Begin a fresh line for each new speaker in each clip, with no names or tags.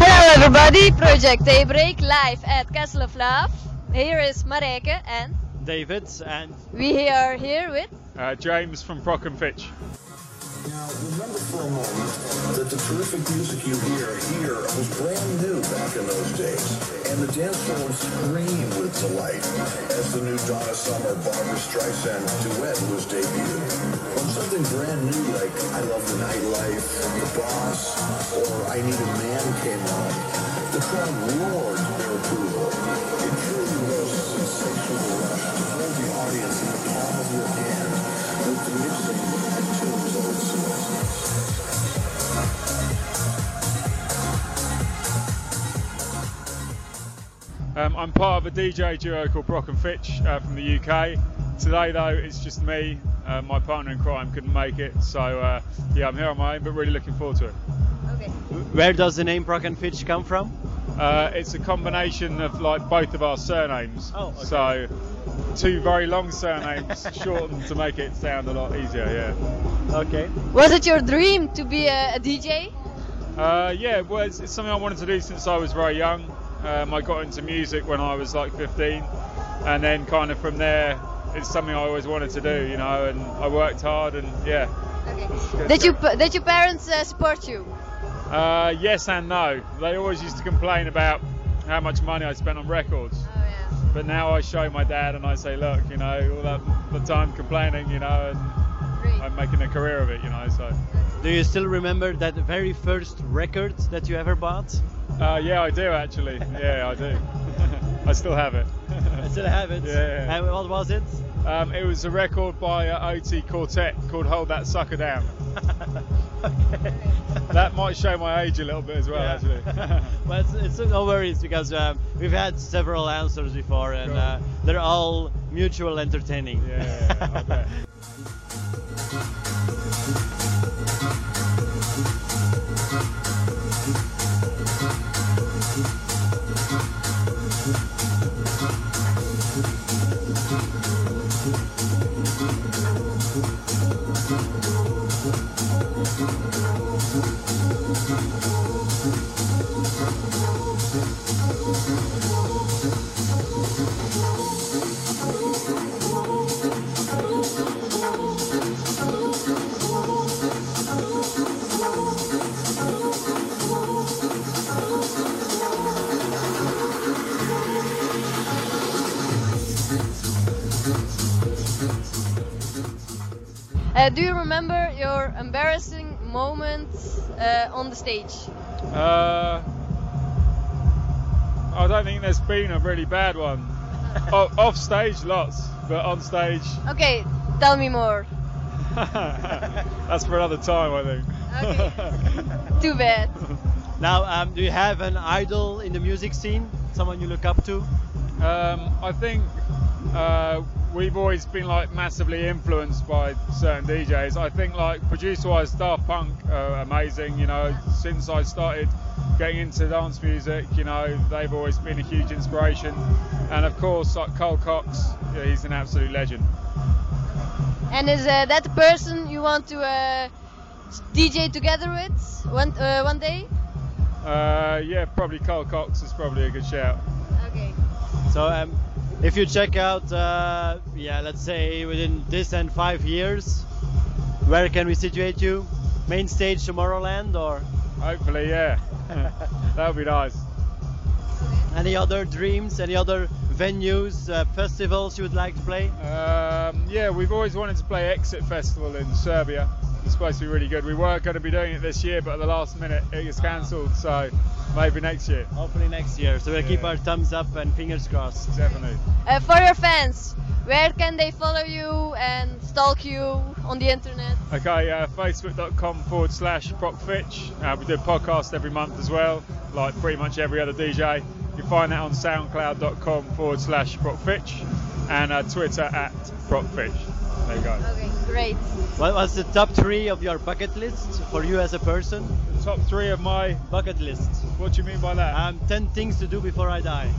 Our Body Project Daybreak live at Castle of Love. Here is Mareke and
David and
we are here with
Uh, James from Brock and Fitch.
Now, remember for a moment that the terrific music you hear here was brand new back in those days. And the dance floor would scream with delight as the new Donna Summer Barbara Streisand duet was debuted. When something brand new like I Love the Nightlife, The Boss, or I Need a Man came on, the crowd roared their approval. It truly was a sensational rush to hold the audience in the palm of your hand with the mixing and tunes old songs.
Um, I'm part of a DJ duo called Brock and Fitch uh, from the UK. Today, though, it's just me. Uh, my partner in crime couldn't make it, so uh, yeah, I'm here on my own, but really looking forward to it.
Okay.
where does the name Brock and Fitch come from?
Uh, it's a combination of like both of our surnames.
Oh, okay.
So, two very long surnames shortened to make it sound a lot easier, yeah.
Okay.
Was it your dream to be a, a DJ?
Uh, yeah, well, it's, it's something I wanted to do since I was very young. Um, I got into music when I was like 15, and then kind of from there, it's something I always wanted to do, you know. And I worked hard, and yeah.
Okay. Did you pa- did your parents uh, support you?
Uh, yes and no. They always used to complain about how much money I spent on records,
Oh yeah.
but now I show my dad and I say, look, you know, all that the time complaining, you know, and
Great.
I'm making a career of it, you know. So.
Do you still remember that very first record that you ever bought?
Uh, yeah, I do actually. Yeah, I do. I still have it.
I still have it.
Yeah.
And what was it?
Um, it was a record by uh, OT Quartet called Hold That Sucker Down.
okay.
That might show my age a little bit as well,
Yeah.
actually.
well, it's, it's no worries because um, we've had several answers before and
Sure.
uh, they're all mutual entertaining.
yeah, I bet.
Uh, do you remember your embarrassing moment uh, on the stage?
Uh, I don't think there's been a really bad one. o- off stage, lots, but on stage,
Okay, tell me more.
that's for another time, I think.
Too bad.
Now, um, do you have an idol in the music scene? Someone you look up to?
Um, I think uh, we've always been like massively influenced by certain DJs. I think like producer-wise, Daft Punk are amazing. You know, since I started getting into dance music, you know, they've always been a huge inspiration. And of course, like Cole Cox, yeah, he's an absolute legend.
And is uh, that the person you want to uh, DJ together with one uh, one day?
Uh, yeah, probably Cole Cox is probably a good shout.
Okay.
So um, if you check out, uh, yeah, let's say within this and five years, where can we situate you? Main stage Tomorrowland or
Hopefully, yeah, that would be nice.
any other dreams, any other venues, uh, festivals you would like to play?
Um, yeah, we've always wanted to play Exit Festival in Serbia. It's supposed to be really good. We were going to be doing it this year, but at the last minute it was cancelled, so maybe next year.
Hopefully next year. So we'll keep
Yeah.
our thumbs up and fingers crossed.
Definitely.
Uh, for your fans, where can they follow you and stalk you on the internet?
Okay, uh, facebook.com forward slash Brock Fitch. Uh, we do a podcast every month as well, like pretty much every other DJ. You find that on soundcloud.com forward slash Brock Fitch and uh, Twitter at Brock Fitch. There you go.
Okay, great.
What was the top three of your bucket list for you as a person?
Top three of my.
Bucket list.
What do you mean by that?
Um, 10 things to do before I die.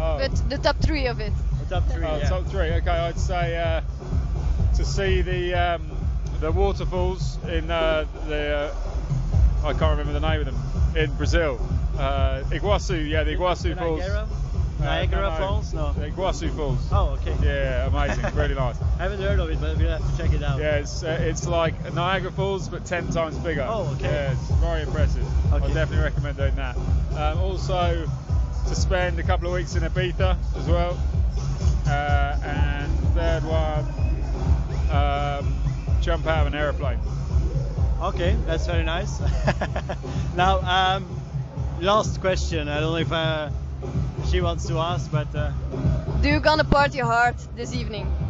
oh.
But the top three of it.
The top three.
Oh,
yeah.
top three. Okay, I'd say uh, to see the um, the waterfalls in uh, the uh, I can't remember the name of them in Brazil. Uh, Iguazu, yeah, the Iguazu Falls.
Niagara?
Uh,
Niagara
no, no,
Falls? No.
the Iguazu Falls.
Oh, okay.
Yeah, amazing, really nice.
I haven't heard of it, but we'll have to check it out.
Yeah, it's, uh, it's like Niagara Falls but 10 times bigger.
Oh, okay.
Yeah, it's very impressive. I
Okay.
definitely recommend doing that. Um, also, to spend a couple of weeks in Ibiza as well. Uh, and third one, um, jump out of an aeroplane.
Okay, that's very nice. now, um, last question. I don't know if uh, she wants to ask, but uh,
Do you gonna party hard this evening?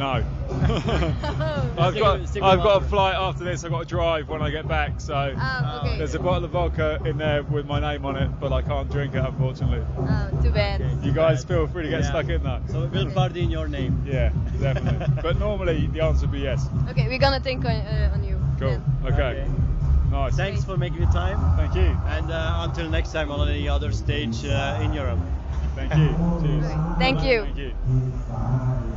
No.
oh,
I've
Stick
got,
with-
I've
stick with Ah,
got a
Barbara.
flight after this. I've got to drive when I get back. So
Ah, okay.
Ah, there's a bottle of vodka in there with my name on it, but I can't drink it, unfortunately.
Oh, too bad.
Okay.
You guys feel free to get
Yeah.
stuck in that.
so we'll party in your name.
Yeah, definitely. but normally the answer would be yes.
Okay, we're gonna think on, uh, on you.
Cool.
then.
Okay. Nice.
Thanks for making the time,
Thank you.
and uh, until next time on any other stage uh, in Europe.
Thank you. Cheers.
Thank you.
Thank you.
Bye.